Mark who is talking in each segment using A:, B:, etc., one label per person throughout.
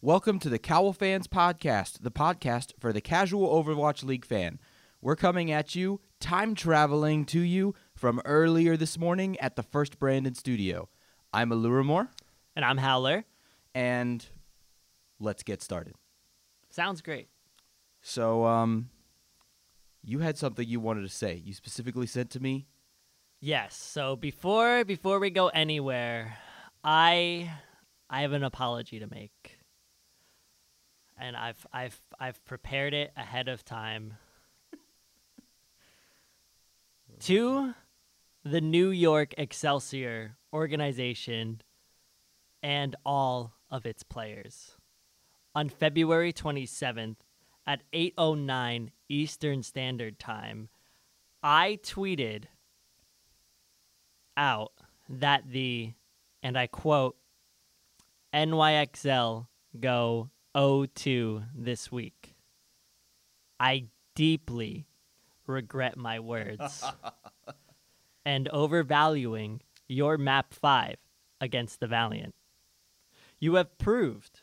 A: Welcome to the Cowl Fans Podcast, the podcast for the casual Overwatch League fan. We're coming at you, time traveling to you from earlier this morning at the First Brandon Studio. I'm Allura Moore,
B: And I'm Howler.
A: and let's get started.
B: Sounds great.
A: So, um, you had something you wanted to say. You specifically sent to me.
B: Yes. So before before we go anywhere, I I have an apology to make. And I've I've I've prepared it ahead of time. to the New York Excelsior organization and all of its players. On February 27th at 8:09 Eastern Standard Time, I tweeted out that the, and I quote, NYXL go 02 this week. I deeply regret my words and overvaluing your map 5 against the Valiant. You have proved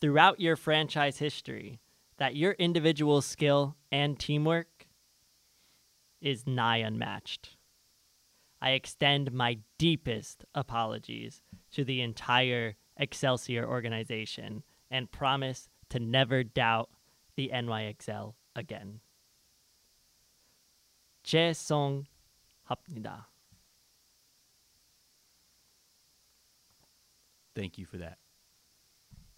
B: throughout your franchise history that your individual skill and teamwork is nigh unmatched. I extend my deepest apologies to the entire Excelsior organization and promise to never doubt the NYXL again. 죄송 합니다.
A: Thank you for that.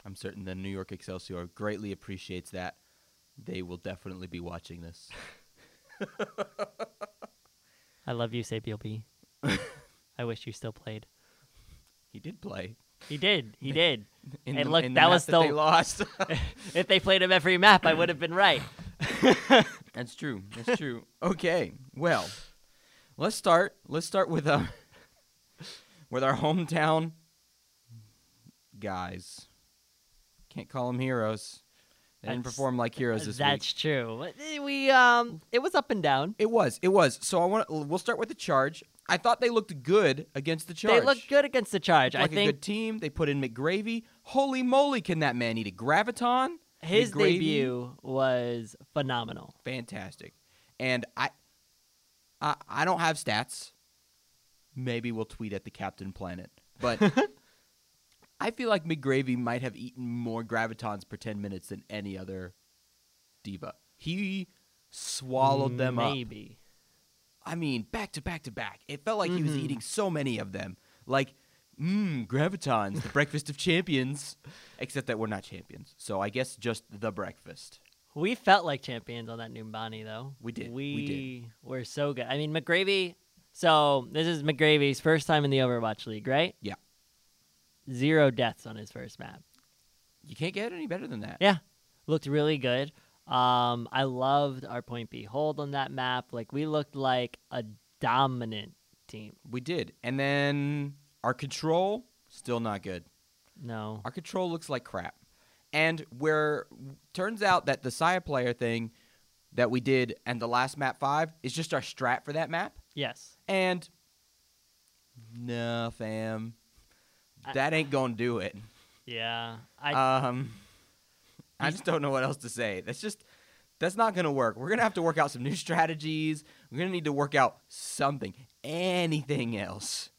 A: I'm certain the New York Excelsior greatly appreciates that. They will definitely be watching this.
B: I love you, Sapio B. I wish you still played.
A: He did play.
B: He did. He did.
A: In
B: And
A: the,
B: look,
A: in
B: that
A: map
B: was
A: they
B: the-
A: lost.
B: if they played him every map, I would have been right.
A: That's true. That's true. okay. Well, let's start. Let's start with uh, with our hometown guys. Can't call them heroes. They didn't
B: That's-
A: perform like heroes this week.
B: That's true. Eh, We um, it was up and down.
A: It was. It was. So I want. to We'll start with the charge. I thought they looked good against the charge.
B: They looked good against the charge.
A: Like
B: I
A: a
B: think
A: good team. They put in McGravy. Holy moly! Can that man eat a graviton?
B: his
A: McGravy?
B: debut was phenomenal.
A: fantastic. And I, I, I don't have stats. Maybe we'll tweet at the Captain Planet, but I feel like McGravy might have eaten more gravitons per ten minutes than any other diva. He swallowed them up.
B: Maybe.
A: I mean, back to back to back. It felt like he was
B: Mhm.
A: eating so many of them. Like, mmm, gravitons, the breakfast of champions. Except that we're not champions, so I guess just the breakfast.
B: We felt like champions on that Numbani, though.
A: We did.
B: We,
A: We did.
B: were so good. I mean, McGravy. So this is McGravy's first time in the Overwatch League, right?
A: Yeah.
B: Zero deaths on his first map.
A: You can't get any better than that.
B: Yeah, looked really good. Um, I loved our point B hold on that map. Like we looked like a dominant team.
A: We did. And then our control, still not good.
B: No.
A: Our control looks like crap. And where turns out that the Saya player thing that we did and the last map five is just our strat for that map.
B: Yes.
A: And no, fam.
B: I-
A: That ain't gonna do it.
B: Yeah. I
A: um I
B: You-
A: just don't know what else to say. That's just that's not gonna work. We're gonna have to work out some new strategies. We're gonna need to work out something. Anything else.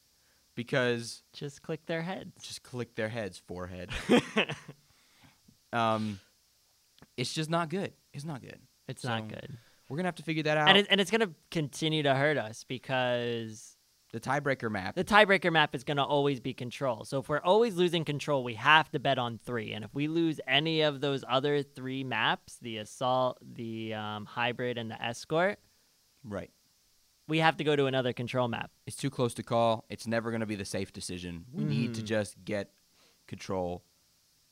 A: Because
B: just click their heads.
A: just click their heads forehead. um, it's just not good. It's not good.
B: It's not
A: So,
B: good.
A: We're gonna have to figure that out.
B: And it, and it's gonna continue to hurt us because
A: the tiebreaker map.
B: the tiebreaker map is going to always be control. So if we're always losing control, we have to bet on three. And if we lose any of those other three maps, the assault, the um, hybrid, and the escort,
A: right.
B: we have to go to another control map.
A: It's too close to call. It's never gonna be the safe decision. We need to
B: Mm.
A: just get control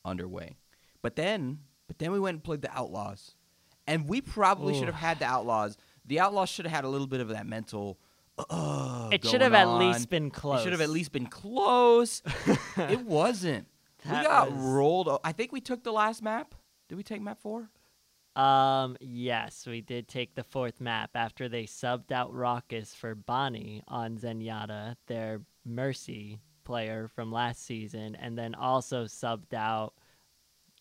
A: underway. But then, but then we went and played the Outlaws, and we probably should
B: Ooh.
A: have had the Outlaws. The Outlaws should have had a little bit of that mental. Uh,
B: it should have at
A: been.
B: least been close.
A: It should have at least been close. it wasn't. we
B: That
A: got
B: was-
A: rolled. o- I think we took the last map. Did we take map four?
B: Um, yes, we did take the fourth map after they subbed out Raucus for Bonnie on Zenyatta, their Mercy player from last season, and then also subbed out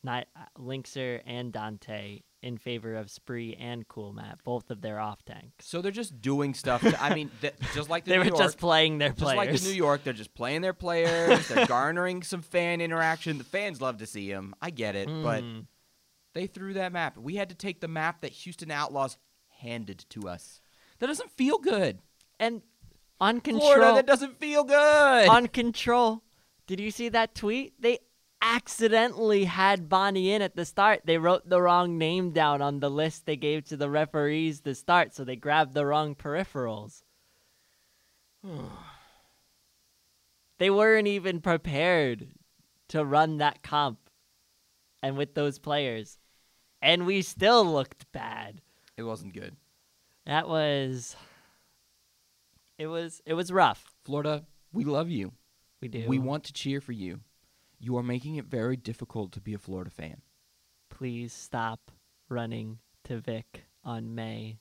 B: not Linkser and Dante in favor of Spree and Cool Mat, both of their off tanks.
A: So they're just doing stuff. To, I mean, th- just like the
B: they
A: New
B: were
A: York,
B: just playing their
A: just like
B: players.
A: the New York, they're just playing their players. they're garnering some fan interaction. The fans love to see them. I get it, but
B: Mm.
A: they threw that map. We had to take the map that Houston Outlaws handed to us. That doesn't feel good.
B: and on control,
A: Florida, that doesn't feel good.
B: on control. Did you see that tweet? They accidentally had Bonnie in at the start. They wrote the wrong name down on the list they gave to the referees to start, so they grabbed the wrong peripherals. they weren't even prepared to run that comp and with those players. And we still looked bad.
A: it wasn't good.
B: That was it was it was rough.
A: Florida, we love you.
B: We do.
A: We want to cheer for you. You are making it very difficult to be a Florida fan.
B: please stop running to Vic on May.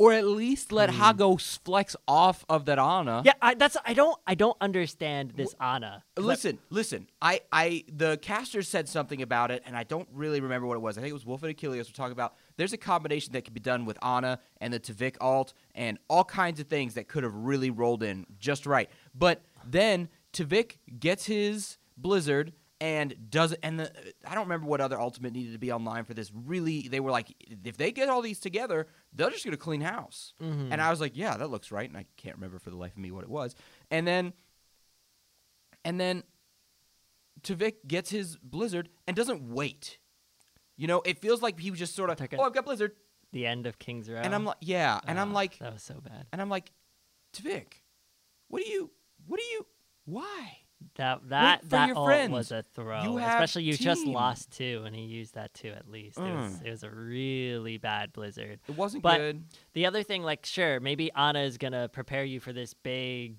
A: Or at least let
B: Hmm.
A: Hago s- flex off of that honor.
B: Yeah, I, that's I don't I don't understand this Anna. 'Cause I-
A: Listen, listen. I, I, the casters said something about it, and I don't really remember what it was. I think it was Wolf and Achilles were talking about. There's a combination that could be done with Ana and the Tavik alt, and all kinds of things that could have really rolled in just right. But then Tavik gets his Blizzard and does and the I don't remember what other ultimate needed to be online for this. Really, they were like, if they get all these together, they're just gonna clean house.
B: Mhm.
A: And I was like, yeah, that looks right. And I can't remember for the life of me what it was. And then and then Tavik gets his blizzard and doesn't wait. You know, it feels like he was just sort of,
B: Took it.
A: oh, I've got blizzard,
B: the end of King's Row.
A: and I'm like, yeah, and I'm
B: Ah,
A: like,
B: that was so bad.
A: and I'm like, Tavik, what do you, what do you, why?
B: That that
A: for
B: that
A: your
B: ult
A: friends.
B: was a throw.
A: You have
B: Especially you just
A: team. Mm.
B: lost two, and he used that two at least. It was it was a really bad blizzard.
A: It wasn't
B: But-
A: good.
B: The other thing, like, sure, maybe Anna is gonna prepare you for this big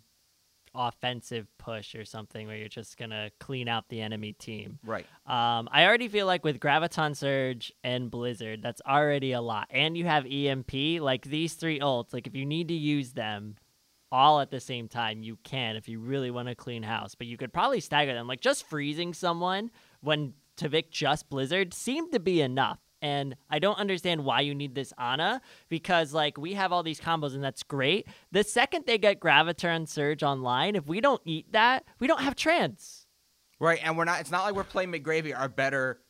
B: offensive push or something where you're just gonna clean out the enemy team.
A: Right.
B: Um, I already feel like with Graviton Surge and Blizzard, that's already a lot. And you have EMP, like these three ults, like if you need to use them all at the same time, you can if you really want to clean house. But you could probably stagger them. Like just freezing someone when Tavik just Blizzard seemed to be enough. And I don't understand why you need this Ana because, like, we have all these combos and that's great. The second they get Graviton Surge online, if we don't eat that, we don't have trans.
A: Right. And we're not, it's not like we're playing McGravy, our better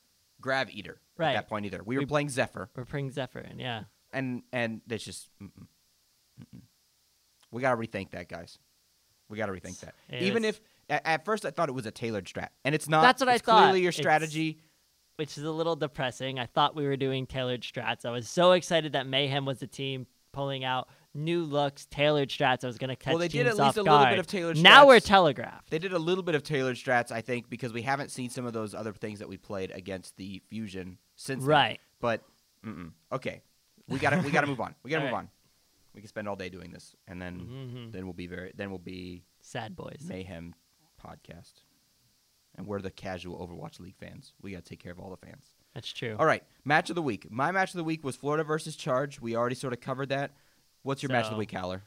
A: Grav Eater
B: Right.
A: at that point either. We were
B: We-
A: playing Zephyr,
B: We're playing Zephyr, and yeah.
A: and, and it's just, mm-mm, mm-mm. we got to rethink that, guys. We got to rethink that.
B: It
A: Even
B: is-
A: if, a- at first I thought it was a tailored strat, and it's not.
B: That's what I
A: It's
B: thought.
A: Clearly, your
B: It's-
A: strategy.
B: which is a little depressing. I thought we were doing tailored strats. I was so excited that Mayhem was the team pulling out new looks, tailored strats. I was going to catch
A: Well, they did
B: teams
A: at least
B: off
A: a little
B: guard.
A: bit of tailored
B: Now we're
A: strats.
B: telegraphed.
A: They did a little bit of tailored strats, I think, because we haven't seen some of those other things that we played against the fusion since. then.
B: Right.
A: But mm-mm. okay, we gotta we gotta move on. We gotta
B: All
A: move
B: right.
A: on. We can spend all day doing this, and then
B: hmm
A: then we'll be very then we'll be
B: Sad boys.
A: mayhem podcast, and we're the casual Overwatch League fans. We gotta take care of all the fans.
B: That's true.
A: All right, match of the week. My match of the week was Florida versus Charge. We already sort of covered that. What's your match of
B: So-
A: the week, Haller?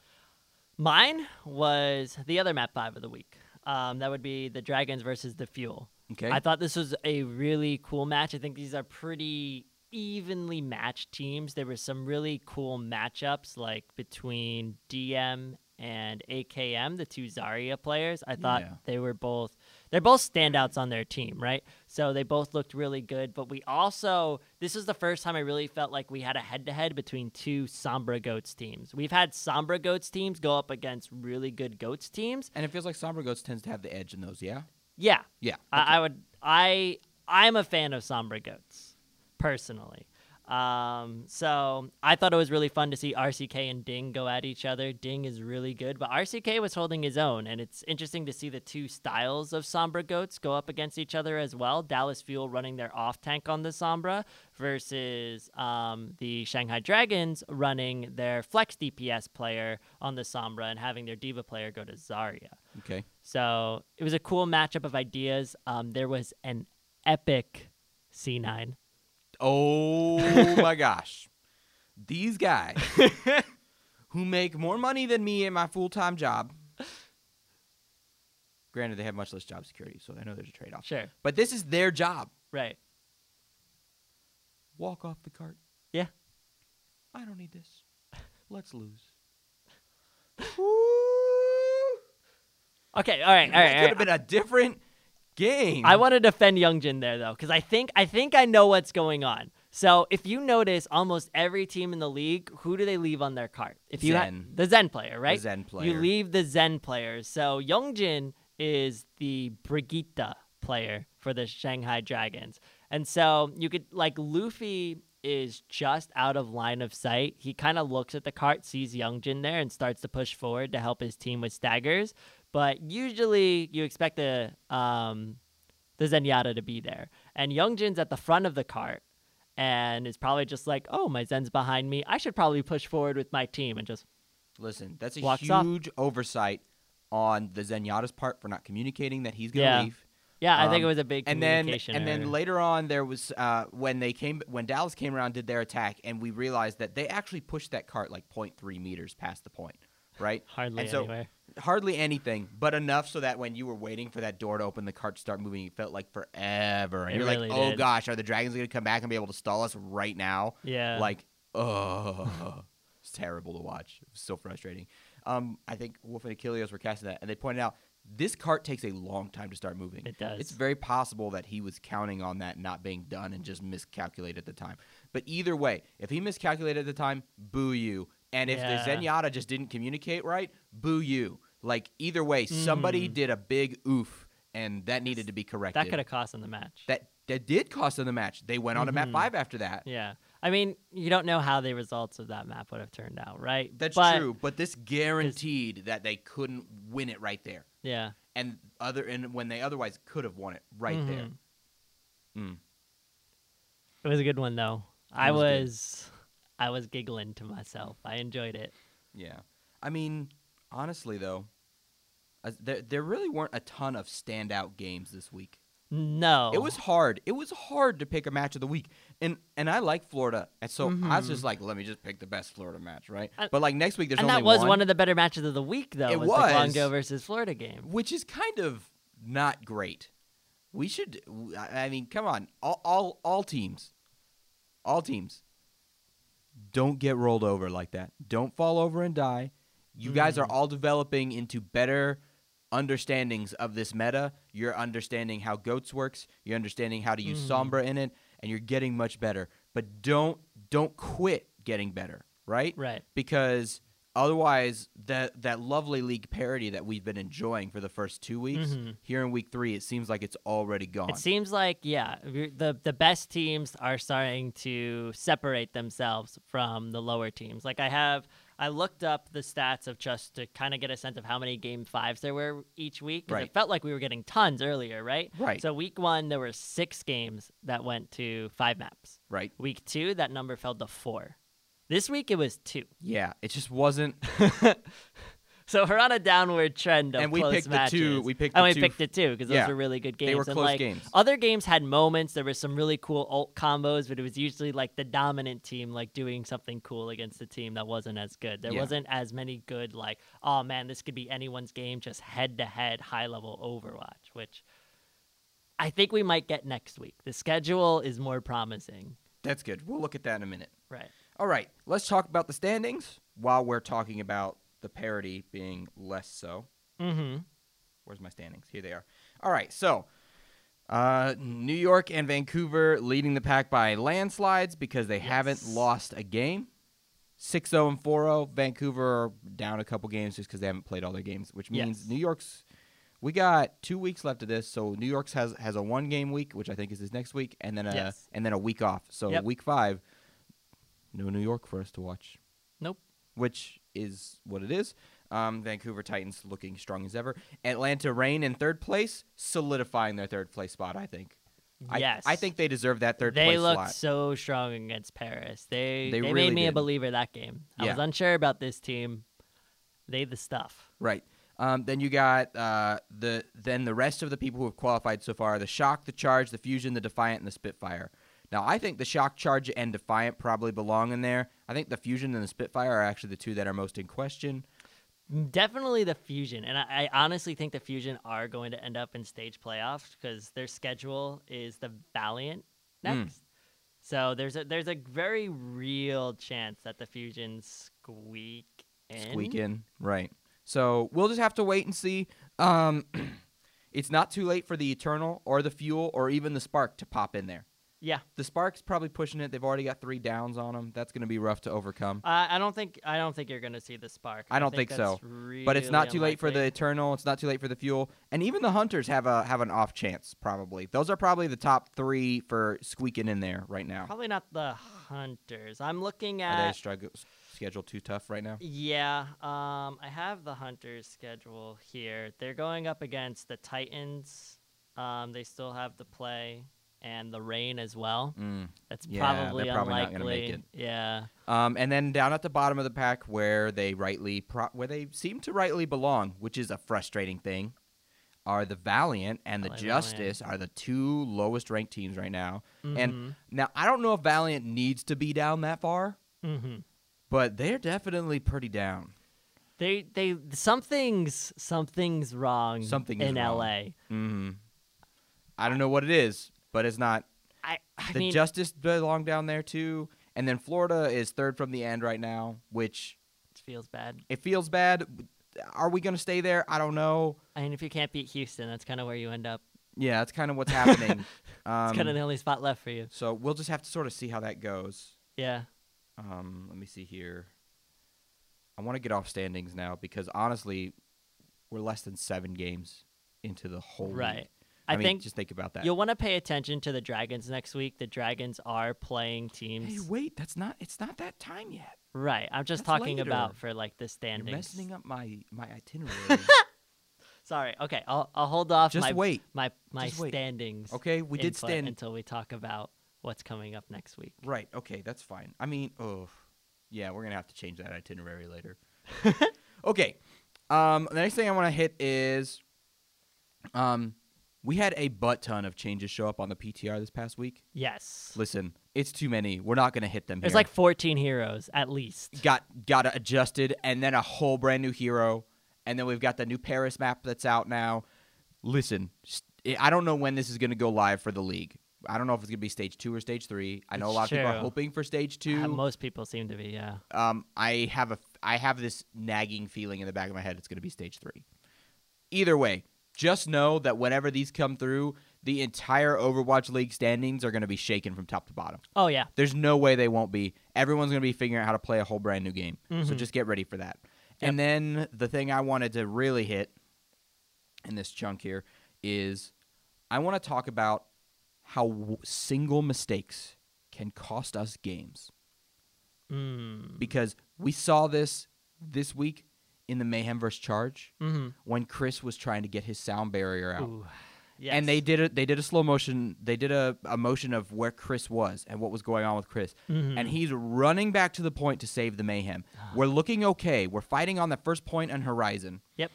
B: Mine was the other map five of the week. Um, that would be the Dragons versus the Fuel.
A: Okay.
B: I thought this was a really cool match. I think these are pretty evenly matched teams. There were some really cool matchups like between DM and AKM, the two Zarya players. I thought
A: Yeah.
B: they were both they're both standouts on their team, right? So they both looked really good, but we also this is the first time I really felt like we had a head-to-head between two Sombra Goats teams. We've had Sombra Goats teams go up against really good Goats teams.
A: and it feels like Sombra Goats tends to have the edge in those, yeah?
B: Yeah,
A: Yeah. okay.
B: I, I would. I I'm a fan of Sombra goats personally. Um, so I thought it was really fun to see RCK and Ding go at each other. Ding is really good, but RCK was holding his own, and it's interesting to see the two styles of Sombra goats go up against each other as well. Dallas Fuel running their off tank on the Sombra versus um, the Shanghai Dragons running their flex DPS player on the Sombra and having their diva player go to Zarya.
A: okay.
B: So it was a cool matchup of ideas. Um, there was an epic C9.
A: Oh my gosh. These guys who make more money than me in my full time job. Granted, they have much less job security, so I know there's a trade off.
B: Sure.
A: But this is their job.
B: Right.
A: Walk off the cart.
B: Yeah.
A: I don't need this. Let's lose. Woo!
B: Okay. All
A: it
B: right. All right.
A: could
B: All
A: have
B: right.
A: been a different game.
B: I want to defend Youngjin there though, because I think I think I know what's going on. So if you notice, almost every team in the league, who do they leave on their cart? If you ha-
A: Zen.
B: the Zen player, right?
A: Zen
B: You
A: player.
B: leave the Zen players. So Youngjin is the Brigitte player for the Shanghai Dragons. And so you could like Luffy is just out of line of sight. He kind of looks at the cart, sees Youngjin there and starts to push forward to help his team with staggers. But usually you expect the um the Zenyatta to be there. And Youngjin's at the front of the cart and is probably just like, "Oh, my Zen's behind me. I should probably push forward with my team and just
A: Listen, that's a
B: Walks off.
A: huge oversight on the Zenyatta's part for not communicating that he's going to
B: Yeah.
A: leave.
B: Yeah, I think it
A: Um,
B: was a big
A: and then
B: communication
A: and then
B: error.
A: later on there was uh, when they came when Dallas came around did their attack and we realized that they actually pushed that cart like 0.3 meters past the point, right?
B: hardly
A: and so-
B: anywhere.
A: Hardly anything, but enough so that when you were waiting for that door to open, the cart to start moving, it felt like forever. And
B: It
A: you're
B: really
A: like, "Oh
B: did.
A: gosh, are the dragons going to come back and be able to stall us right now?"
B: Yeah,
A: like oh it's terrible to watch it was so frustrating um i think wolf and achilles were casting that and they pointed out this cart takes a long time to start moving
B: it does.
A: it's very possible that he was counting on that not being done and just miscalculated at the time but either way if he miscalculated at the time boo you and if
B: Yeah.
A: the zenyatta just didn't communicate right boo you like either way somebody
B: Mm.
A: did a big oof and that needed to be corrected
B: that could have cost him the match.
A: that, that did cost them the match they went on to map
B: Mhm.
A: five after that
B: yeah, I mean, you don't know how the results of that map would have turned out, right?
A: That's
B: But-
A: true, but this guaranteed that they couldn't win it right there,
B: Yeah,
A: and other and when they otherwise could have won it right there.
B: Mhm.
A: Mm.
B: it was a good one though. I
A: was good.
B: was, I was giggling to myself. I enjoyed it.
A: Yeah, I mean, honestly though, uh, there there really weren't a ton of standout games this week.
B: No,
A: It was hard. It was hard to pick a match of the week, and and I like Florida, and so I was
B: Mhm.
A: just like, let me just pick the best Florida match, right?
B: And-
A: but like next week, there's
B: Uh, and
A: only
B: that was
A: one,
B: one. of the better matches of the week though.
A: It
B: the Congo
A: was.
B: versus Florida game.
A: which is kind of not great. We should. I I mean, come on, all all, all teams, all teams. Don't get rolled over like that. Don't fall over and die. You guys are
B: Mm.
A: all developing into better understandings of this meta. You're understanding how goats works. You're understanding how to use
B: Mm.
A: Sombra in it, and you're getting much better. But don't don't quit getting better, right?
B: Right.
A: because otherwise that that lovely league parody that we've been enjoying for the first two weeks
B: Mhm.
A: here in week three it seems like it's already gone
B: It seems like yeah, we- the the best teams are starting to separate themselves from the lower teams. Like I have I looked up the stats of just to kind of get a sense of how many game 5s there were each week 'cause
A: Right.
B: it felt like we were getting tons earlier, right?
A: right
B: So week 1 there were 6 games that went to 5 maps.
A: right
B: Week 2 that number fell to 4. This week it was 2.
A: yeah it just wasn't
B: So we're on a downward trend of
A: and we
B: close
A: picked the two
B: matches.
A: we picked
B: and
A: the
B: we
A: two
B: picked the two because those
A: Yeah.
B: were really good games.
A: they were
B: and,
A: close
B: like,
A: games
B: Other games had moments. There was some really cool ult combos, but it was usually like the dominant team like doing something cool against the team that wasn't as good. There
A: Yeah.
B: wasn't as many good like, oh man, this could be anyone's game, just head to head, high level Overwatch, which I think we might get next week. The schedule is more promising.
A: that's good we'll look at that in a minute
B: Right.
A: all right let's talk about the standings while we're talking about the parody being less so
B: Mm-hmm.
A: Where's my standings? Here they are. All right, so uh, New York and Vancouver leading the pack by landslides because they haven't
B: Yes.
A: lost a game. 6 0 and 4 0. Vancouver are down a couple games just because they haven't played all their games, which means
B: Yes.
A: New York's. We got two weeks left of this, so New York's has, has a one game week, which I think is this next week, and then a
B: Yes.
A: and then a week off. So
B: Yep.
A: week five, no New York for us to watch
B: Nope.
A: which is what it is. Um, Vancouver Titans looking strong as ever. Atlanta Rain in third place, solidifying their third place spot. I think. I-
B: yes.
A: I, think they deserve that third
B: they
A: place
B: looked
A: slot.
B: so strong against Paris. They
A: They
B: they,
A: really
B: made me a
A: did.
B: believer that game. I
A: Yeah.
B: was unsure about this team. They the stuff.
A: Right. Um, then you got uh, the then the rest of the people who have qualified so far: the Shock, the Charge, the Fusion, the Defiant, and the Spitfire. Now I think the Shock, Charge, and Defiant probably belong in there. I think the Fusion and the Spitfire are actually the two that are most in question.
B: Definitely the Fusion, and I, I honestly think the Fusion are going to end up in stage playoffs because their schedule is the Valiant
A: Mm.
B: next. So there's a there's a very real chance that the Fusion squeak in.
A: squeak in. Right. So we'll just have to wait and see. Um, it's not too late for the Eternal or the Fuel or even the Spark to pop in there.
B: Yeah,
A: The Spark's probably pushing it. They've already got three downs on them. That's going to be rough to overcome.
B: I, I don't think I don't think you're going to see the spark.
A: I don't think so.
B: that's Really
A: but it's not too late for the
B: unlikely.
A: Eternal. It's not too late for the Fuel, and even the Hunters have a have an off chance. Probably those are probably the top three for squeaking in there right now.
B: probably not the hunters. I'm looking
A: Are they
B: at
A: struggle schedule too tough right now?
B: Yeah, um, I have the Hunters schedule here. They're going up against the Titans. Um, they still have the play and the rain as well.
A: Mm.
B: That's
A: Yeah, they're
B: probably
A: probably not
B: unlikely.
A: gonna make
B: Yeah,
A: Um, and then down at the bottom of the pack, where they rightly pro- where they seem to rightly belong, which is a frustrating thing, are the Valiant and the
B: Valiant.
A: Justice are the two lowest ranked teams right now.
B: Mhm.
A: And now I don't know if Valiant needs to be down that far,
B: Mhm.
A: but they're definitely pretty down.
B: they they something's something's wrong.
A: Something is
B: in
A: wrong.
B: LA.
A: hmm I don't know what it is, but it's not.
B: I I
A: the
B: mean
A: Justice belong down there too, and then Florida is third from the end right now, which
B: it feels bad.
A: it feels bad. Are we going to stay there? I don't know.
B: I mean, if you can't beat Houston, that's kind of where you end up.
A: Yeah, that's kind of what's happening. um,
B: It's kind of the only spot left for you.
A: so we'll just have to sort of see how that goes.
B: Yeah.
A: Um, let me see here. I want to get off standings now because honestly, we're less than seven games into the whole league.
B: Right.
A: I,
B: I,
A: mean,
B: think
A: just think about that.
B: You'll want to pay attention to the Dragons next week. The Dragons are playing teams.
A: Hey, wait, that's not. It's not that time yet.
B: right. I'm just
A: that's
B: talking
A: later.
B: about for like the standings.
A: You're messing up my my itinerary.
B: Sorry. Okay. I'll, I'll hold off
A: Just
B: my
A: wait.
B: my my
A: Just wait.
B: standings.
A: Okay, we did
B: input
A: stand
B: until we talk about what's coming up next week.
A: right. Okay, that's fine. I mean, oh, yeah, we're gonna have to change that itinerary later. okay, um, the next thing I want to hit is, um, we had a butt ton of changes show up on the PTR this past week.
B: Yes.
A: Listen, it's too many. We're not gonna hit them.
B: There's
A: here.
B: like 14 heroes at least.
A: got got adjusted and then a whole brand new hero and then we've got the new paris map that's out now listen s- eh, i don't know when this is going to go live for the league i don't know if it's going to be stage two or stage three i know a
B: It's
A: lot of people are
B: true.
A: hoping for stage
B: Uh,
A: two
B: Most people seem to be. Yeah.
A: um, i have a f- i have this nagging feeling in the back of my head it's going to be stage three either way just know that whenever these come through the entire overwatch league standings are going to be shaken from top to bottom
B: Oh yeah.
A: there's no way they won't be. Everyone's going to be figuring out how to play a whole brand new game. So
B: Mhm.
A: just get ready for that. And then the thing I wanted to really hit in this chunk here is I want to talk about how w- single mistakes can cost us games
B: Mm.
A: because we saw this this week in the Mayhem vs. Charge
B: hmm
A: when Chris was trying to get his sound barrier out.
B: Ooh. Yes.
A: And they did a, they did a slow motion. They did a, a motion of where Chris was and what was going on with Chris.
B: Mhm.
A: And he's running back to the point to save the mayhem.
B: Ah.
A: We're looking okay. We're fighting on the first point on horizon.
B: Yep.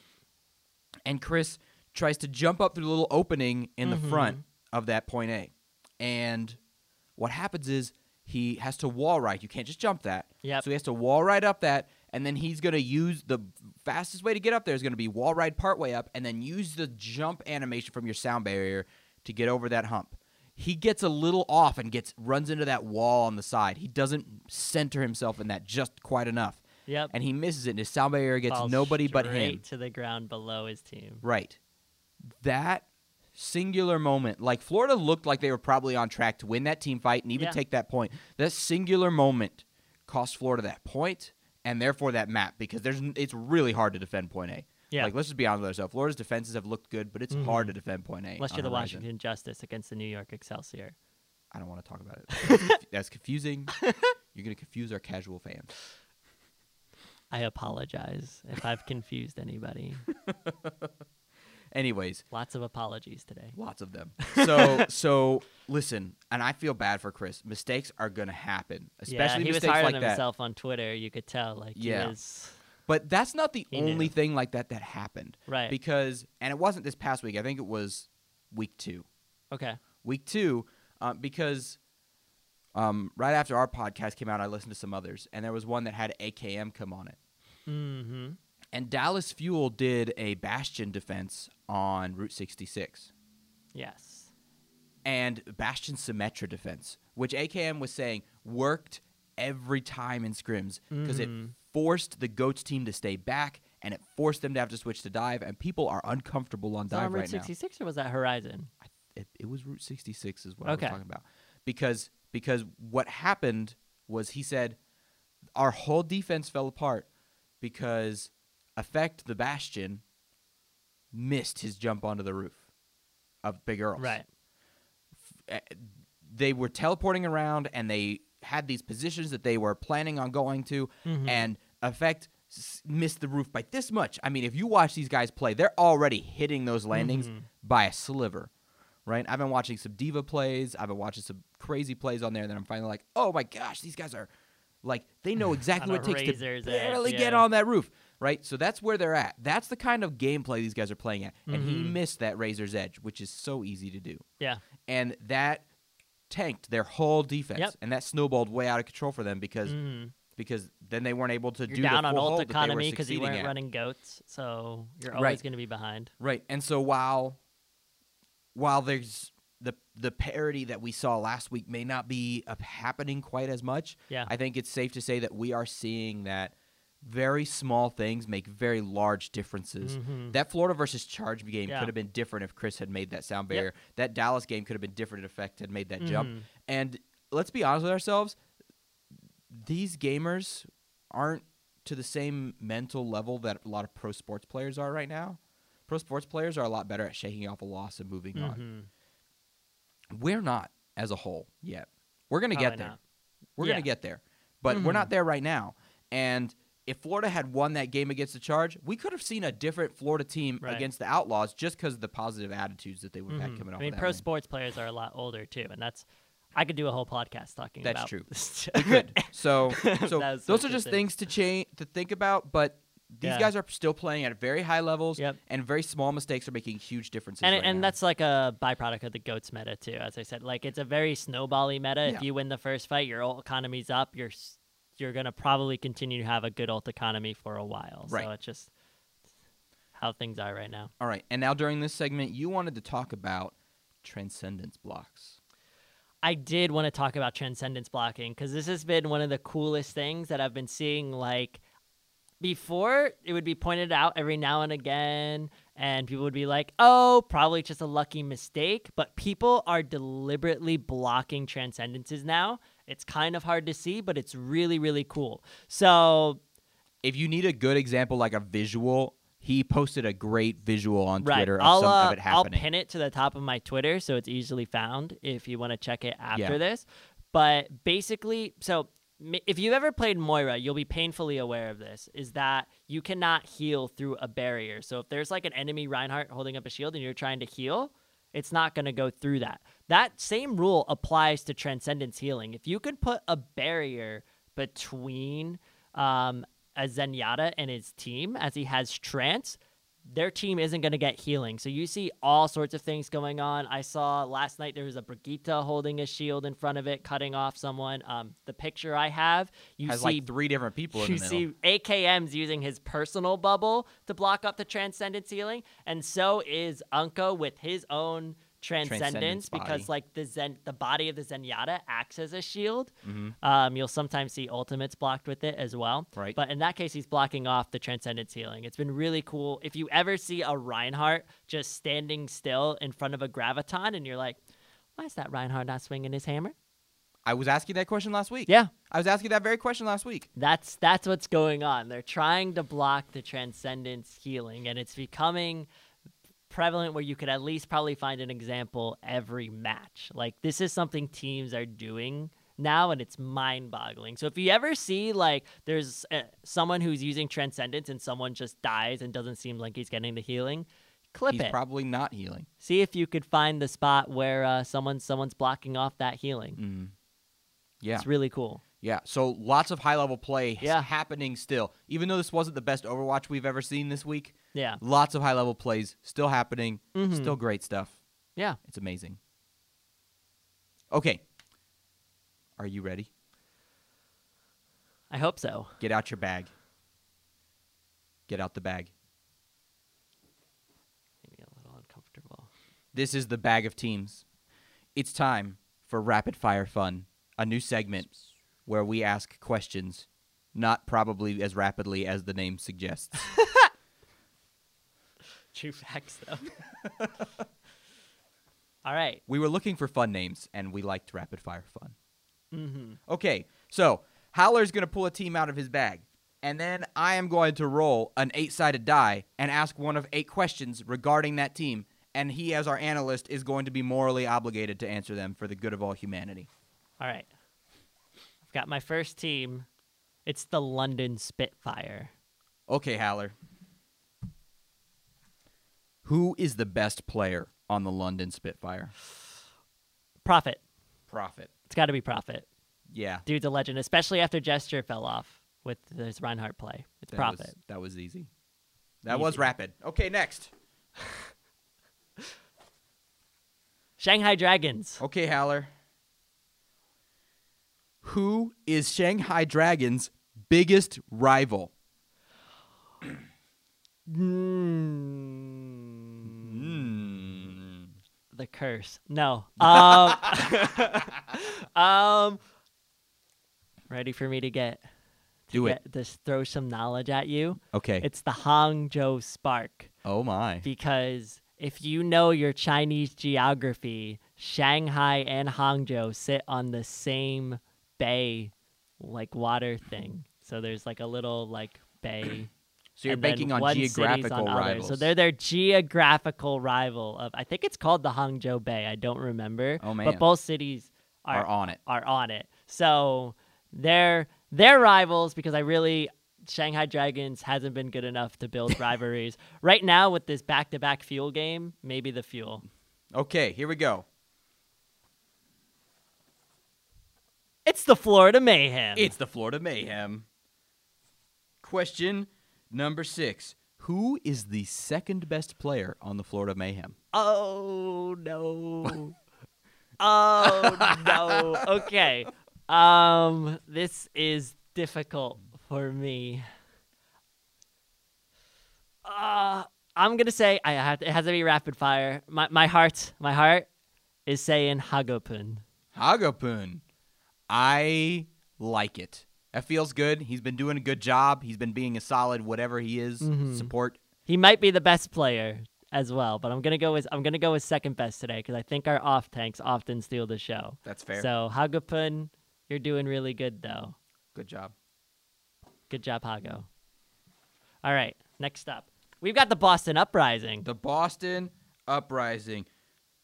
A: And Chris tries to jump up through the little opening in the
B: Mhm.
A: front of that point A. And what happens is he has to wall ride. You can't just jump that.
B: Yep.
A: So he has to wall ride up that, and then he's gonna use the fastest way to get up there is gonna be wall ride part way up, and then use the jump animation from your sound barrier to get over that hump. He gets a little off and gets runs into that wall on the side. He doesn't center himself in that just quite enough,
B: Yep.
A: and he misses it. And his sound barrier gets
B: Falls
A: nobody but him.
B: straight to the ground below his team.
A: Right. That singular moment, like Florida looked like they were probably on track to win that team fight and even
B: Yeah.
A: take that point. That singular moment cost Florida that point and therefore that map because there's n- it's really hard to defend point A.
B: Yeah.
A: Like let's just be honest with ourselves. Florida's defenses have looked good, but it's
B: Mhm.
A: hard to defend point A.
B: Unless
A: on
B: you're the
A: Horizon.
B: Washington Justice against the New York Excelsior.
A: I don't want to talk about it. That's confusing. You're gonna confuse our casual fans.
B: I apologize if I've confused anybody.
A: Anyways,
B: Lots of apologies today.
A: Lots of them. So so listen, and I feel bad for Chris. Mistakes are gonna happen, especially
B: yeah, he was
A: mistakes
B: hard
A: like
B: on
A: that.
B: himself on Twitter. You could tell, like,
A: Yeah.
B: he was
A: But that's not the
B: He
A: only
B: knew.
A: thing like that that happened
B: right.
A: because, and it wasn't this past week. I think it was week two.
B: okay,
A: Week two, uh, because um, right after our podcast came out, I listened to some others, and there was one that had AKM come on it,
B: mm-hmm.
A: And Dallas Fuel did a bastion defense on Route 66
B: Yes.
A: and bastion Symmetra defense, which AKM was saying worked every time in scrims because
B: Mm-hmm.
A: it forced the Goats team to stay back and it forced them to have to switch to dive. And people are uncomfortable on
B: Was that on
A: dive
B: Route
A: right now.
B: 66 or was that Horizon?
A: it, it was Route 66 is what
B: Okay.
A: I was talking about. Because because what happened was he said our whole defense fell apart because effect the Bastion missed his jump onto the roof of Big Earls.
B: Right.
A: They were teleporting around and they had these positions that they were planning on going to
B: Mm-hmm.
A: and effect s- missed the roof by this much. I mean, if you watch these guys play, they're already hitting those landings
B: Mm-hmm.
A: by a sliver right? I've been watching some diva plays. I've been watching some crazy plays on there. Then I'm finally like, oh my gosh, these guys are like they know exactly
B: On
A: what
B: a
A: it takes to
B: razor's edge,
A: barely get
B: yeah.
A: on that roof, right? So that's where they're at. That's the kind of gameplay these guys are playing at. And he
B: Mhm.
A: missed that razor's edge, which is so easy to do,
B: Yeah.
A: and that tanked their whole defense,
B: Yep.
A: and that snowballed way out of control for them because
B: Mm.
A: because then they weren't able to
B: You're
A: do
B: down
A: the
B: on
A: full
B: ult
A: hold that they were
B: economy because you
A: succeeding
B: weren't
A: at.
B: running goats, so you're
A: Right.
B: always going to be behind.
A: Right. And so while while there's the the parody that we saw last week may not be up happening quite as much,
B: Yeah.
A: I think it's safe to say that we are seeing that very small things make very large differences.
B: Mhm.
A: That Florida versus Charge game
B: Yeah.
A: could have been different if Chris had made that sound
B: Yep.
A: barrier. That Dallas game could have been different if Effect had made that
B: Mm-hmm.
A: jump. And let's be honest with ourselves, these gamers aren't to the same mental level that a lot of pro sports players are right now. Pro sports players are a lot better at shaking off a loss and moving on.
B: Mhm.
A: We're not as a whole yet. We're going to get
B: Mm-hmm. Probably
A: there.
B: not.
A: We're
B: Yeah.
A: going to get there. But we're
B: Mhm.
A: not there right now. And if Florida had won that game against the Charge, we could have seen a different Florida team
B: Right.
A: against the Outlaws just because of the positive attitudes that they would have
B: Mhm.
A: had coming off
B: I mean,
A: of that
B: pro
A: win.
B: sports players are a lot older too, and that's I could do a whole podcast talking
A: That's
B: about.
A: true.
B: That's
A: We could. So, so
B: That was so
A: those are just
B: interesting.
A: things to change to think about. But these
B: Yeah.
A: guys are still playing at very high levels,
B: Yep.
A: and very small mistakes are making huge differences.
B: And
A: right
B: and
A: now.
B: that's like a byproduct of the goats meta too, as I said. Like it's a very snowbally meta.
A: Yeah.
B: If you win the first fight, your ult economy's up. You're s- you're gonna probably continue to have a good ult economy for a while.
A: Right.
B: So it's just how things are right now.
A: all right. And now during this segment, you wanted to talk about transcendence blocks.
B: I did want to talk about transcendence blocking because this has been one of the coolest things that I've been seeing. Like before, it would be pointed out every now and again, and people would be like, oh, probably just a lucky mistake. But people are deliberately blocking transcendences now. It's kind of hard to see, but it's really, really cool. So
A: If you need a good example, like a visual, he posted a great visual on
B: right.
A: Twitter of
B: I'll,
A: some
B: uh,
A: of it happening.
B: I'll pin it to the top of my Twitter so it's easily found if you want to check it after
A: Yeah.
B: this. But basically, so m- if you've ever played Moira, you'll be painfully aware of this is that you cannot heal through a barrier. So if there's like an enemy Reinhardt holding up a shield and you're trying to heal, it's not going to go through that. That same rule applies to transcendence healing. If you could put a barrier between um, a Zenyatta and his team as he has trance, their team isn't going to get healing. So you see all sorts of things going on. I saw last night there was a Brigitte holding a shield in front of it, cutting off someone. Um, the picture I have, you
A: Has
B: see
A: like three different people in
B: you
A: the middle.
B: see AKM's using his personal bubble to block up the transcendence healing, and so is Unko with his own transcendence,
A: Transcendence
B: because
A: body.
B: like the Zen the body of the Zenyatta acts as a shield.
A: Mhm.
B: Um, you'll sometimes see ultimates blocked with it as well.
A: Right.
B: But in that case he's blocking off the transcendence healing. It's been really cool. If you ever see a Reinhardt just standing still in front of a graviton and you're like, why is that Reinhardt not swinging his hammer?
A: I was asking that question last week.
B: Yeah,
A: I was asking that very question last week.
B: That's that's what's going on. They're trying to block the transcendence healing, and it's becoming prevalent where you could at least probably find an example every match. Like this is something teams are doing now and it's mind-boggling. So if you ever see like there's uh, someone who's using transcendence and someone just dies and doesn't seem like he's getting the healing, clip
A: He's
B: it.
A: probably not healing.
B: see if you could find the spot where uh, someone someone's blocking off that healing.
A: Mm. Yeah.
B: It's really cool.
A: Yeah, so lots of high level play is
B: Yeah.
A: happening still. Even though this wasn't the best Overwatch we've ever seen this week,
B: Yeah.
A: lots of high level plays still happening,
B: Mhm.
A: still great stuff.
B: Yeah.
A: It's amazing. Okay. Are you ready?
B: I hope so.
A: Get out your bag. Get out the bag.
B: Made me a little uncomfortable.
A: This is the bag of teams. It's time for rapid fire fun, a new segment where we ask questions, not probably as rapidly as the name suggests.
B: True facts, though. All right.
A: we were looking for fun names, and we liked rapid fire fun.
B: Mm-hmm.
A: Okay, so Howler's going to pull a team out of his bag, and then I am going to roll an eight sided die and ask one of eight questions regarding that team, and he, as our analyst, is going to be morally obligated to answer them for the good of all humanity.
B: All right. I've got my first team. It's the London Spitfire.
A: Okay, Haller. Who is the best player on the London Spitfire?
B: Profit.
A: Profit.
B: It's got to be Profit.
A: Yeah.
B: Dude's a legend, especially after Gesture fell off with his Reinhardt play. It's
A: That
B: Profit.
A: Was, that was easy. That was
B: Easy.
A: rapid. Okay, next.
B: Shanghai Dragons.
A: Okay, Haller. Who is Shanghai Dragon's biggest rival?
B: Mm.
A: Mm.
B: The curse. No. Um, um, ready for me to get to
A: Do it.
B: get this throw some knowledge at you.
A: Okay.
B: It's the Hangzhou Spark
A: oh my.
B: because if you know your Chinese geography, Shanghai and Hangzhou sit on the same bay like water thing. So there's like a little like bay
A: So you're
B: and then
A: banking on
B: one city's
A: geographical
B: on others.
A: rivals.
B: So they're their geographical rival of I think it's called the Hangzhou Bay. I don't remember.
A: Oh, man.
B: But both cities are
A: are on it.
B: are on it. So they're they're rivals because I really Shanghai Dragons hasn't been good enough to build rivalries. Right now with this back to back fuel game, maybe the fuel.
A: Okay, here we go.
B: It's the Florida Mayhem.
A: It's the Florida Mayhem. Question number six. Who is the second best player on the Florida Mayhem?
B: Oh no. oh no. Okay. Um this is difficult for me. Uh I'm going to say I have to, it has to be rapid fire. My my heart, my heart is saying Hagopun.
A: Hagapun. I like it. That feels good. He's been doing a good job. He's been being a solid, whatever he is,
B: Mhm.
A: support.
B: He might be the best player as well, but I'm going to go with I'm going to go with second best today cuz I think our off tanks often steal the show.
A: That's fair.
B: So Hagopun, you're doing really good though.
A: good job.
B: Good job, Hago. All right, next up, we've got the Boston Uprising.
A: The Boston Uprising.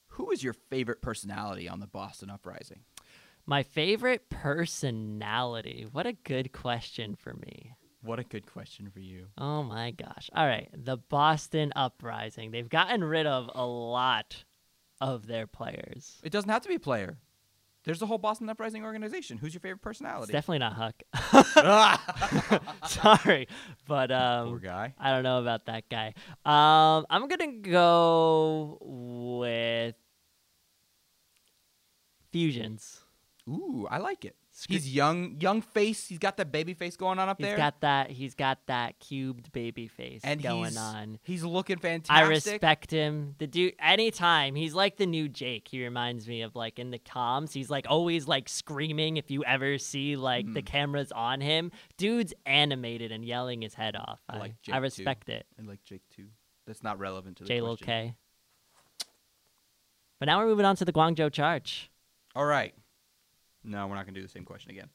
A: Who is your favorite personality on the Boston Uprising?
B: My favorite personality. What a good question for me.
A: What a good question for you.
B: Oh my gosh. All right, the Boston Uprising. They've gotten rid of a lot of their players.
A: It doesn't have to be a player. There's the whole Boston Uprising organization. Who's your favorite
B: It's
A: personality?
B: definitely not Huck.
A: Ah!
B: Sorry, but
A: Poor
B: um,
A: guy.
B: I don't know about that guy. Um, I'm gonna go with fusions.
A: Ooh, I like it.
B: Screw-
A: He's young, young face. He's got that baby face going on up
B: He's
A: there.
B: got that. He's got that cubed baby face
A: and
B: going
A: he's,
B: on.
A: He's looking
B: I
A: fantastic.
B: respect him. The dude, anytime he's like the new Jake. He reminds me of like in the comms. He's like always like screaming. If you ever see like the
A: Mm.
B: cameras on him, dude's animated and yelling his head off.
A: I
B: I,
A: like Jake,
B: I
A: too.
B: respect it.
A: I like Jake too. That's not relevant to the
B: J Lil
A: question.
B: K. But now we're moving on to the Guangzhou Charge.
A: All right. No, we're not going to do the same question again.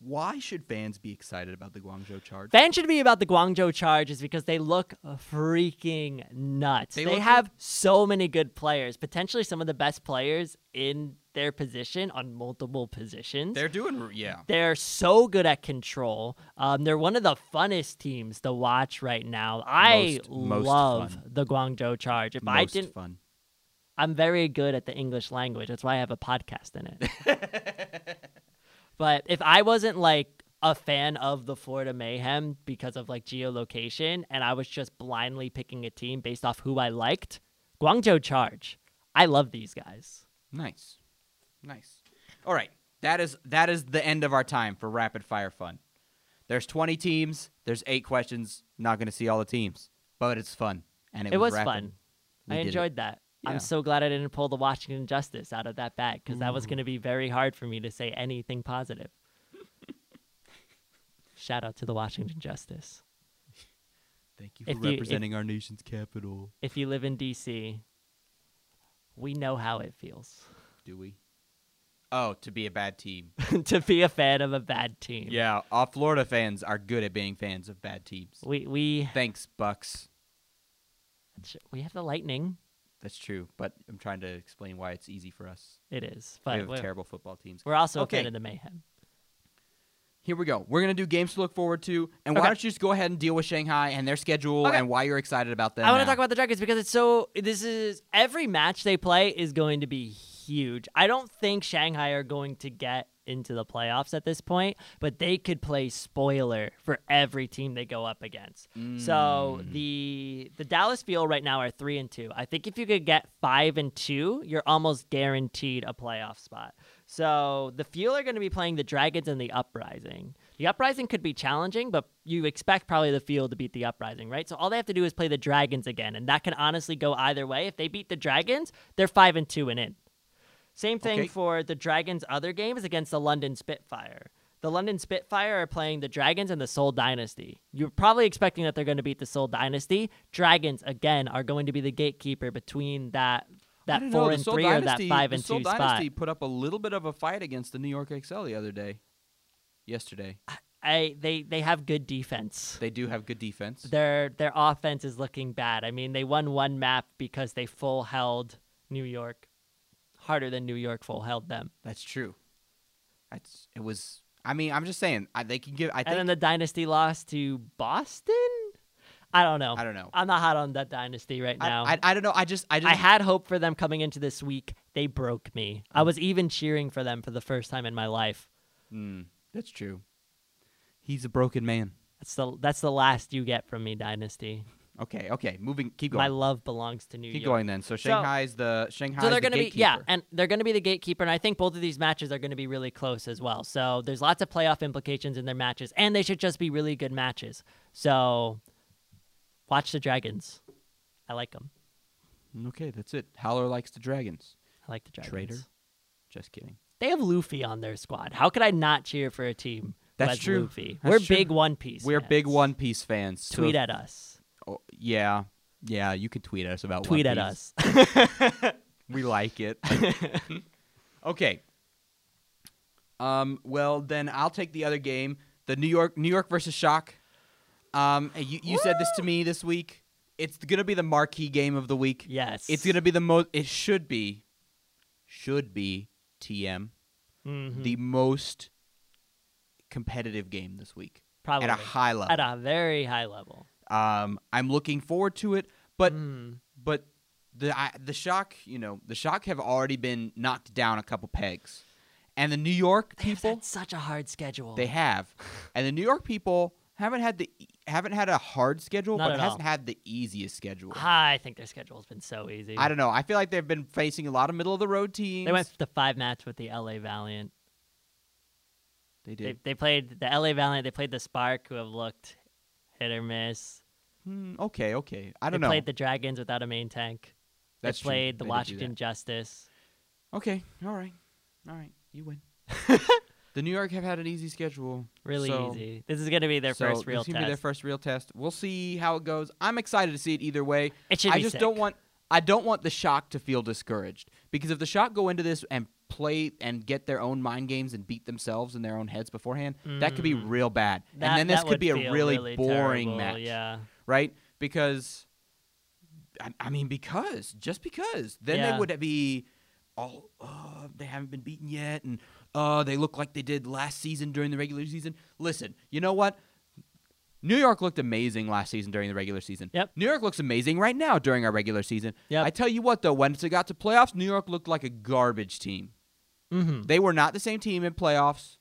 A: Why should fans be excited about the Guangzhou Charge?
B: Fan should be about the Guangzhou Charge is because they look freaking nuts.
A: They
B: They,
A: look-
B: have so many good players, potentially some of the best players in their position on multiple positions.
A: They're doing, r- yeah.
B: They're so good at control. Um, they're one of the funnest teams to watch right now. I
A: Most- most
B: love
A: fun.
B: the Guangzhou Charge. If
A: Most
B: I didn't,
A: fun.
B: I'm very good at the English language. That's why I have a podcast in it. But if I wasn't like a fan of the Florida Mayhem because of like geolocation and I was just blindly picking a team based off who I liked, Guangzhou Charge. I love these guys.
A: Nice, nice. All right, that is that is the end of our time for rapid fire fun. There's 20 teams. There's eight questions. Not going to see all the teams, but it's fun. And it,
B: It was
A: rapid.
B: fun.
A: We
B: I
A: did it.
B: enjoyed that.
A: Yeah.
B: I'm so glad I didn't pull the Washington Justice out of that bag because that was
A: Mm.
B: going to be very hard for me to say anything positive. Shout out to the Washington Justice.
A: Thank you
B: If
A: for
B: you- if-
A: representing our nation's capital.
B: If you live in D.C., we know how it feels
A: Do we? Oh, to be a bad team.
B: to be a fan of a bad team.
A: yeah, our Florida fans are good at being fans of bad teams.
B: We we
A: Thanks, Bucks.
B: we have the Lightning.
A: That's true, but I'm trying to explain why it's easy for us.
B: It is,
A: we
B: but
A: have
B: we're,
A: terrible football teams.
B: we're also a
A: Okay.
B: fan of the Mayhem.
A: Here we go. We're gonna do games to look forward to, and why
B: Okay.
A: don't you just go ahead and deal with Shanghai and their schedule
B: Okay.
A: and why you're excited about them?
B: I want to
A: now.
B: talk about the Dragons because it's so. This is every match they play is going to be huge. I don't think Shanghai are going to get into the playoffs at this point, but they could play spoiler for every team they go up against. So the the Dallas Fuel right now are three and two. I think if you could get five and two, you're almost guaranteed a playoff spot. So the Fuel are going to be playing the Dragons and the Uprising. The Uprising could be challenging, but you expect probably the Fuel to beat the Uprising, right? So all they have to do is play the Dragons again, and that can honestly go either way. If they beat the Dragons, they're five and two and in. Same thing
A: Okay.
B: for the Dragons' other games against the London Spitfire. The London Spitfire are playing the Dragons and the Seoul Dynasty. You're probably expecting that they're going to beat the Seoul Dynasty. Dragons again are going to be the gatekeeper between that
A: I
B: that
A: didn't know,
B: four
A: the
B: and
A: Seoul
B: three
A: Dynasty-
B: or that five
A: the
B: and
A: Seoul
B: two
A: Dynasty
B: spot.
A: put up a little bit of a fight against the New York XL the other day. Yesterday,
B: I, they they have good defense.
A: they do have good defense.
B: their their offense is looking bad. I mean, they won one map because they full held New York harder than New York full held them.
A: That's true. That's it was. I mean, I'm just saying I, they can give. I
B: And
A: think
B: then the dynasty lost to Boston. I don't know.
A: I don't know.
B: I'm not hot on that dynasty right
A: I,
B: now.
A: I, I don't know. I just I just
B: I had hope for them coming into this week. They broke me. I was even cheering for them for the first time in my life.
A: Mm, that's true. He's a broken man.
B: That's the that's the last you get from me, Dynasty.
A: Okay, okay. Moving. Keep
B: My
A: going.
B: love belongs to New
A: keep
B: York.
A: going then. So Shanghai's the Shanghai's
B: so they're
A: the
B: going to be
A: gatekeeper.
B: yeah and they're going to be the gatekeeper and i think both of these matches are going to be really close as well so there's lots of playoff implications in their matches and they should just be really good matches so watch the dragons i like them
A: Mm, okay, that's it. Howler likes the dragons.
B: i like the dragons
A: Traitor. Just kidding.
B: they have luffy on their squad how could i not cheer for a team who
A: That's
B: has
A: true.
B: luffy
A: That's
B: we're
A: true.
B: big one piece
A: We're big
B: fans.
A: One Piece fans. so
B: tweet
A: if-
B: at us
A: oh, yeah, yeah. You could tweet us about
B: tweet
A: One
B: at
A: Piece.
B: us
A: We like it. okay. Um, well, then I'll take the other game, the New York New York versus Shock. Um, and you, you said this to me this week. It's gonna be the marquee game of the week.
B: yes
A: It's gonna be the most. It should be, should be TM
B: Mhm.
A: the most competitive game this week
B: probably
A: at a high level.
B: at a very high level
A: um, I'm looking forward to it, but
B: Mm.
A: but the I, the shock, you know, the shock have already been knocked down a couple pegs, and the New York
B: They've
A: people
B: had such a hard schedule
A: they have, and the New York people haven't had the e- haven't had a hard schedule,
B: Not
A: but
B: at
A: hasn't
B: all.
A: had the easiest schedule.
B: I think their schedule's been so easy.
A: I don't know. I feel like they've been facing a lot of middle of the road teams.
B: They went to five match with the LA Valiant.
A: They
B: They,
A: did.
B: they played the LA Valiant. They played the Spark, who have looked hit or miss.
A: Hmm, okay, okay. I don't
B: they
A: know.
B: played the Dragons without a main tank.
A: That's
B: they
A: true.
B: played
A: They did
B: the
A: do
B: Washington Justice.
A: that. Okay. All right. All right. You win. the New York have had an easy schedule.
B: Really
A: so-
B: easy. This is going to be their
A: so
B: first real
A: this is gonna
B: test.
A: be their first real test. We'll see how it goes. I'm excited to see it either way.
B: it should
A: I
B: be
A: just
B: sick.
A: don't want I don't want the shock to feel discouraged because if the shock go into this and play and get their own mind games and beat themselves in their own heads beforehand, that could be
B: Mm.
A: real bad.
B: That-
A: and then this
B: that
A: could
B: would
A: be a
B: feel
A: really, boring
B: terrible,
A: match,
B: Yeah.
A: right? Because I, I mean, because just because then
B: Yeah.
A: they would be all oh, they haven't been beaten yet, and uh, they look like they did last season during the regular season. Listen, you know what? New York looked amazing last season during the regular season.
B: Yep.
A: New York looks amazing right now during our regular season.
B: Yep.
A: I tell you what, though, when it got to playoffs, New York looked like a garbage team.
B: Mm-hmm.
A: They were not the same team in playoffs.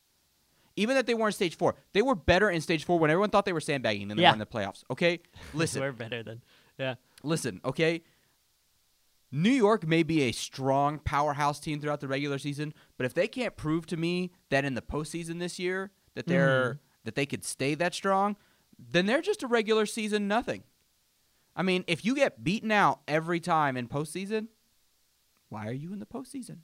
A: Even that they were in stage four, they were better in stage four when everyone thought they were sandbagging than they
B: Yeah.
A: were in the playoffs. Okay, listen,
B: We're better than. Yeah.
A: listen, okay? New York may be a strong powerhouse team throughout the regular season, but if they can't prove to me that in the postseason this year that they're that they could stay that strong, then they're just a regular season nothing. I mean, if you get beaten out every time in postseason, why are you in the postseason?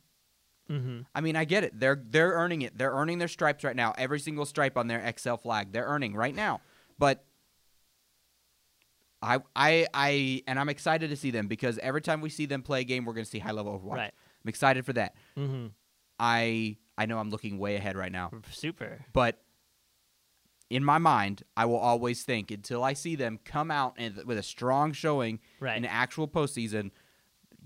B: Mm-hmm.
A: I mean, I get it. They're they're earning it. They're earning their stripes right now. Every single stripe on their XL flag, they're earning right now. But I I I and I'm excited to see them because every time we see them play a game, we're going to see high level Overwatch.
B: Right.
A: I'm excited for that.
B: Mm-hmm.
A: I I know I'm looking way ahead right now,
B: Super.
A: but in my mind, I will always think until I see them come out and, with a strong showing
B: Right.
A: in the actual postseason,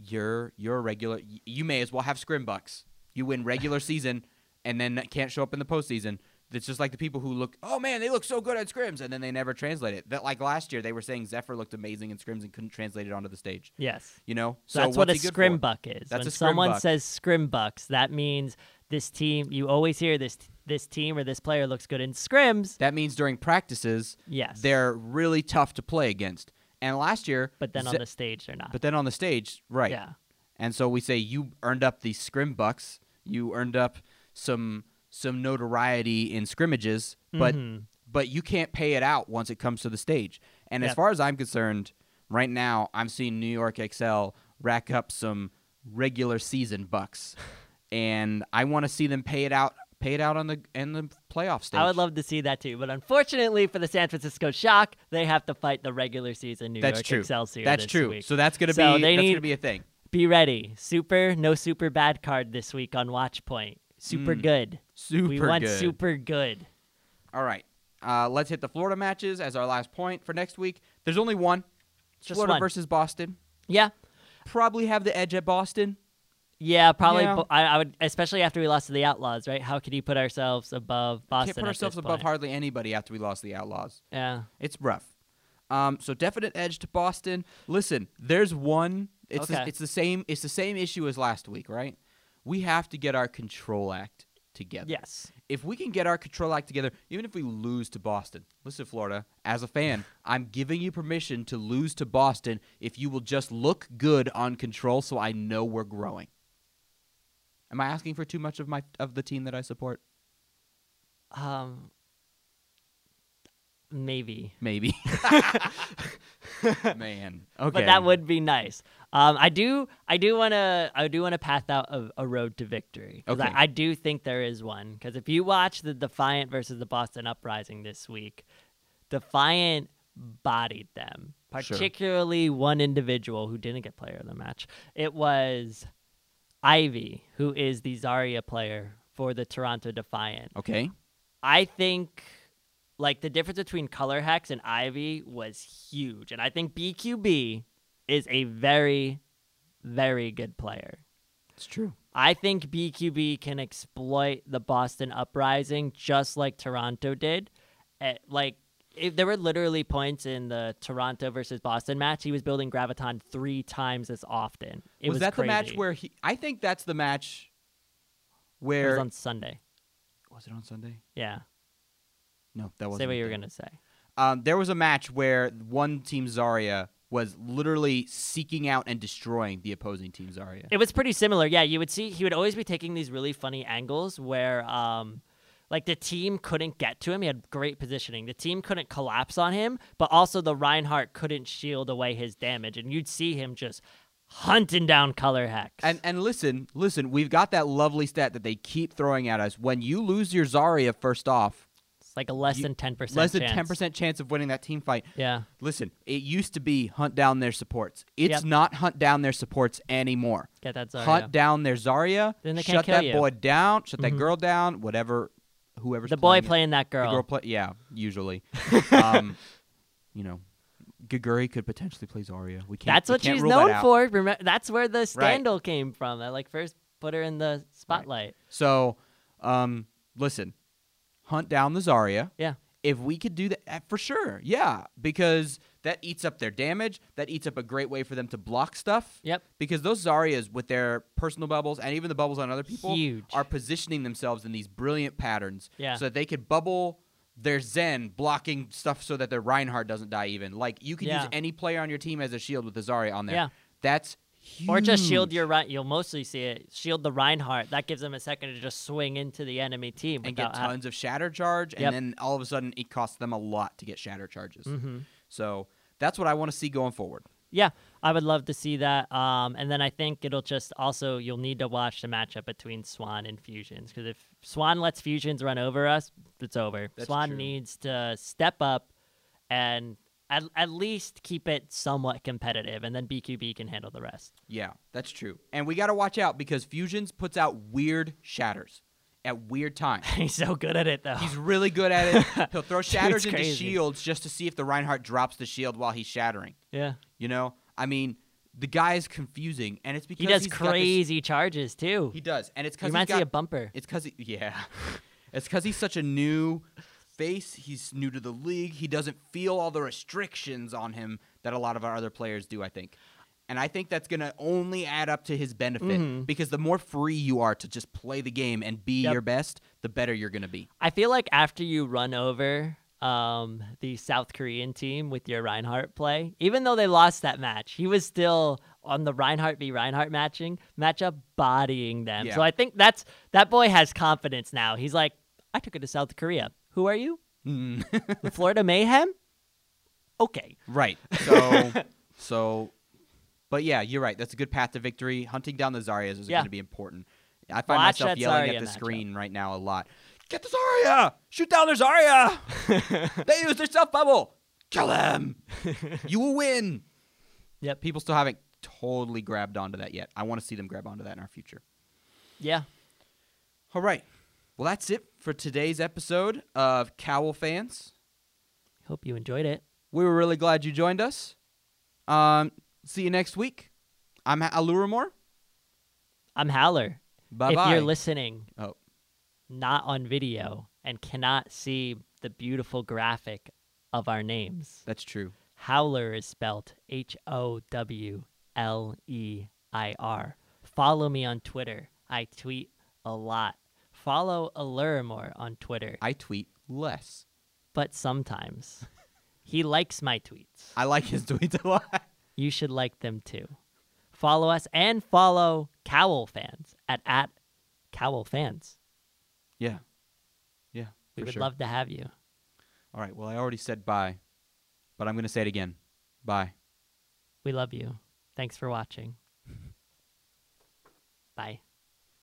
A: you're you're a regular. y- You may as well have scrim bucks. You win regular season and then can't show up in the postseason. It's just like the people who look, oh man, they look so good at scrims, and then they never translate it. That like last year, they were saying Zephyr looked amazing in scrims and couldn't translate it onto the stage.
B: yes.
A: You know,
B: So that's what
A: what's
B: a
A: he good for?
B: scrim buck is.
A: That's
B: when
A: a scrim
B: someone
A: buck.
B: says scrim bucks, that means this team. You always hear this. This team or this player looks good in scrims.
A: That means during practices,
B: Yes.
A: they're really tough to play against. And last year,
B: but then on
A: Ze-
B: the stage they're not.
A: but then on the stage, right?
B: Yeah.
A: And so we say you earned up these scrim bucks. You earned up some some notoriety in scrimmages, but
B: Mhm.
A: but you can't pay it out once it comes to the stage. And as
B: Yep.
A: far as I'm concerned, right now I'm seeing New York XL rack up some regular season bucks, and I want to see them pay it out, pay it out on the and the playoff stage.
B: I would love to see that too, but unfortunately for the San Francisco Shock, they have to fight the regular season New
A: That's
B: York
A: true.
B: Excelsior
A: That's
B: this
A: true.
B: week.
A: So that's gonna
B: So
A: be
B: they
A: that's
B: need-
A: gonna be a thing.
B: Be ready. Super, no super bad card this week on Watch Point. Super
A: Mm.
B: good.
A: Super
B: we want
A: good.
B: super good.
A: All right. Uh, let's hit the Florida matches as our last point for next week. There's only one. It's
B: Just
A: Florida
B: one.
A: versus Boston.
B: Yeah.
A: Probably have the edge at Boston.
B: Yeah, probably.
A: Yeah.
B: bo- I, I would, especially after we lost to the Outlaws, right? How could he put ourselves above Boston?
A: Can't put
B: at
A: ourselves
B: this
A: above
B: point?
A: hardly anybody after we lost the Outlaws.
B: Yeah,
A: It's rough. Um, so definite edge to Boston. Listen, there's one. It's the,
B: Okay.
A: it's the same. It's the same issue as last week, right? We have to get our control act together.
B: yes,
A: if we can get our control act together, even if we lose to Boston, listen, Florida, as a fan, I'm giving you permission to lose to Boston if you will just look good on control so I know we're growing. Am I asking for too much of my of the team that I support?
B: um, maybe.
A: Maybe. Man. Okay.
B: but that would be nice. Um, I do, I do want to, I do want to path out a, a road to victory. 'Cause
A: Okay.
B: I, I do think there is one. Because if you watch the Defiant versus the Boston Uprising this week, Defiant bodied them,
A: Sure.
B: particularly one individual who didn't get player of the match. It was Ivy, who is the Zarya player for the Toronto Defiant.
A: Okay.
B: I think like the difference between Color Hex and Ivy was huge, and I think BQB is a very, very good player.
A: It's true.
B: I think BQB can exploit the Boston uprising just like Toronto did. Eh, like if there were literally points in the Toronto versus Boston match, he was building Graviton three times as often. It was,
A: that the match
B: crazy.
A: where he I think that's the match
B: it
A: where
B: was on Sunday?
A: Was it on Sunday?
B: Yeah,
A: No, that wasn't.
B: say what
A: it
B: you were
A: then.
B: gonna say.
A: um, there was a match where one team Zarya was literally seeking out and destroying the opposing team Zarya.
B: It was pretty similar. Yeah, you would see he would always be taking these really funny angles where um like the team couldn't get to him. He had great positioning. The team couldn't collapse on him, but also the Reinhardt couldn't shield away his damage and you'd see him just hunting down color hex.
A: And and listen, listen, we've got that lovely stat that they keep throwing at us. When you lose your Zarya first off,
B: it's like a less
A: you-
B: than 10%
A: less than
B: chance.
A: ten percent chance of winning that team fight.
B: Yeah.
A: Listen, it used to be hunt down their supports. It's
B: Yep.
A: not hunt down their supports anymore.
B: Get that Zarya.
A: Hunt down their Zarya,
B: Then they can't
A: shut
B: kill
A: that
B: you.
A: boy down, shut that
B: Mhm.
A: girl down, whatever whoever's
B: the boy
A: playing it.
B: playing that girl.
A: The girl play, yeah, usually. um, you know, Gaguri could potentially play Zarya. We can't.
B: that's
A: we
B: what
A: can't
B: she's
A: rule that
B: known
A: out.
B: for. Remember, that's where the scandal came from. I like first put her in the spotlight.
A: So, um, listen, hunt down the Zarya.
B: Yeah.
A: If we could do that eh, for sure, yeah, because that eats up their damage. That eats up a great way for them to block stuff.
B: Yep.
A: Because those Zaryas, with their personal bubbles and even the bubbles on other people,
B: Huge.
A: are positioning themselves in these brilliant patterns
B: Yeah.
A: so that they could bubble their Zen, blocking stuff so that their Reinhardt doesn't die even. Like, you can use
B: Yeah.
A: any player on your team as a shield with the Zarya on there.
B: Yeah.
A: That's
B: Or just shield
A: huge.
B: your right. You'll mostly see it. Shield the Reinhardt. That gives them a second to just swing into the enemy team
A: and get
B: without ha-
A: tons of shatter charge, and
B: Yep.
A: then all of a sudden it costs them a lot to get shatter charges.
B: Mhm.
A: So that's what I want to see going forward.
B: Yeah, I would love to see that. Um, and then I think it'll just also you'll need to watch the matchup between Swan and Fusions because if Swan lets Fusions run over us, it's over.
A: That's
B: Swan
A: true.
B: needs to step up and at, at least keep it somewhat competitive, and then BQB can handle the rest.
A: Yeah, that's true. And we got to watch out because Fusions puts out weird shatters at weird times.
B: He's so good at it though.
A: He's really good at it. He'll throw shatters
B: Dude's
A: into
B: crazy.
A: shields just to see if the Reinhardt drops the shield while he's shattering.
B: yeah,
A: You know, I mean, the guy is confusing, and it's because
B: he does
A: he's got this-
B: crazy charges too.
A: he does, and it's
B: He
A: because he's
B: reminds
A: got
B: me of Bumper.
A: It's because he, yeah, it's because he's such a new face. He's new to the league. He doesn't feel all the restrictions on him that a lot of our other players do. I think, and I think that's gonna only add up to his benefit
B: Mhm.
A: because the more free you are to just play the game and be
B: Yep.
A: your best, the better you're gonna be.
B: I feel like after you run over um, the South Korean team with your Reinhardt play, even though they lost that match, he was still on the Reinhardt v Reinhardt matching matchup, bodying them. So
A: Yeah.
B: I think that's that boy has confidence now. He's like, I took it to South Korea. Who are you?
A: Mm.
B: The Florida Mayhem? Okay.
A: right. So, so, but yeah, you're right. That's a good path to victory. Hunting down the Zarya's is
B: Yeah.
A: gonna be important. I find
B: Watch
A: myself
B: that
A: yelling
B: Zarya
A: at the
B: matchup.
A: screen right now a lot. Get the Zarya! Shoot down the Zarya! They used their self bubble. Kill them. you will win.
B: Yep.
A: People still haven't totally grabbed onto that yet. I want to see them grab onto that in our future.
B: yeah.
A: All right. Well, that's it for today's episode of Cowl Fans.
B: Hope you enjoyed it.
A: We were really glad you joined us. Um, see you next week. I'm Ha- Aluramore.
B: I'm Howler.
A: Bye
B: If
A: bye.
B: you're listening,
A: Oh.
B: not on video and cannot see the beautiful graphic of our names.
A: that's true.
B: Howler is spelt H O W L E I R. Follow me on Twitter. I tweet a lot. Follow Allurimore on Twitter,
A: I tweet less.
B: but sometimes he likes my tweets.
A: I like his tweets a lot.
B: You should like them too. Follow us and follow Cowl Fans at, at Cowl Fans.
A: Yeah. Yeah.
B: We
A: for
B: would
A: sure.
B: love to have you.
A: All right. Well, I already said bye, but I'm going to say it again. Bye.
B: We love you. Thanks for watching. Bye.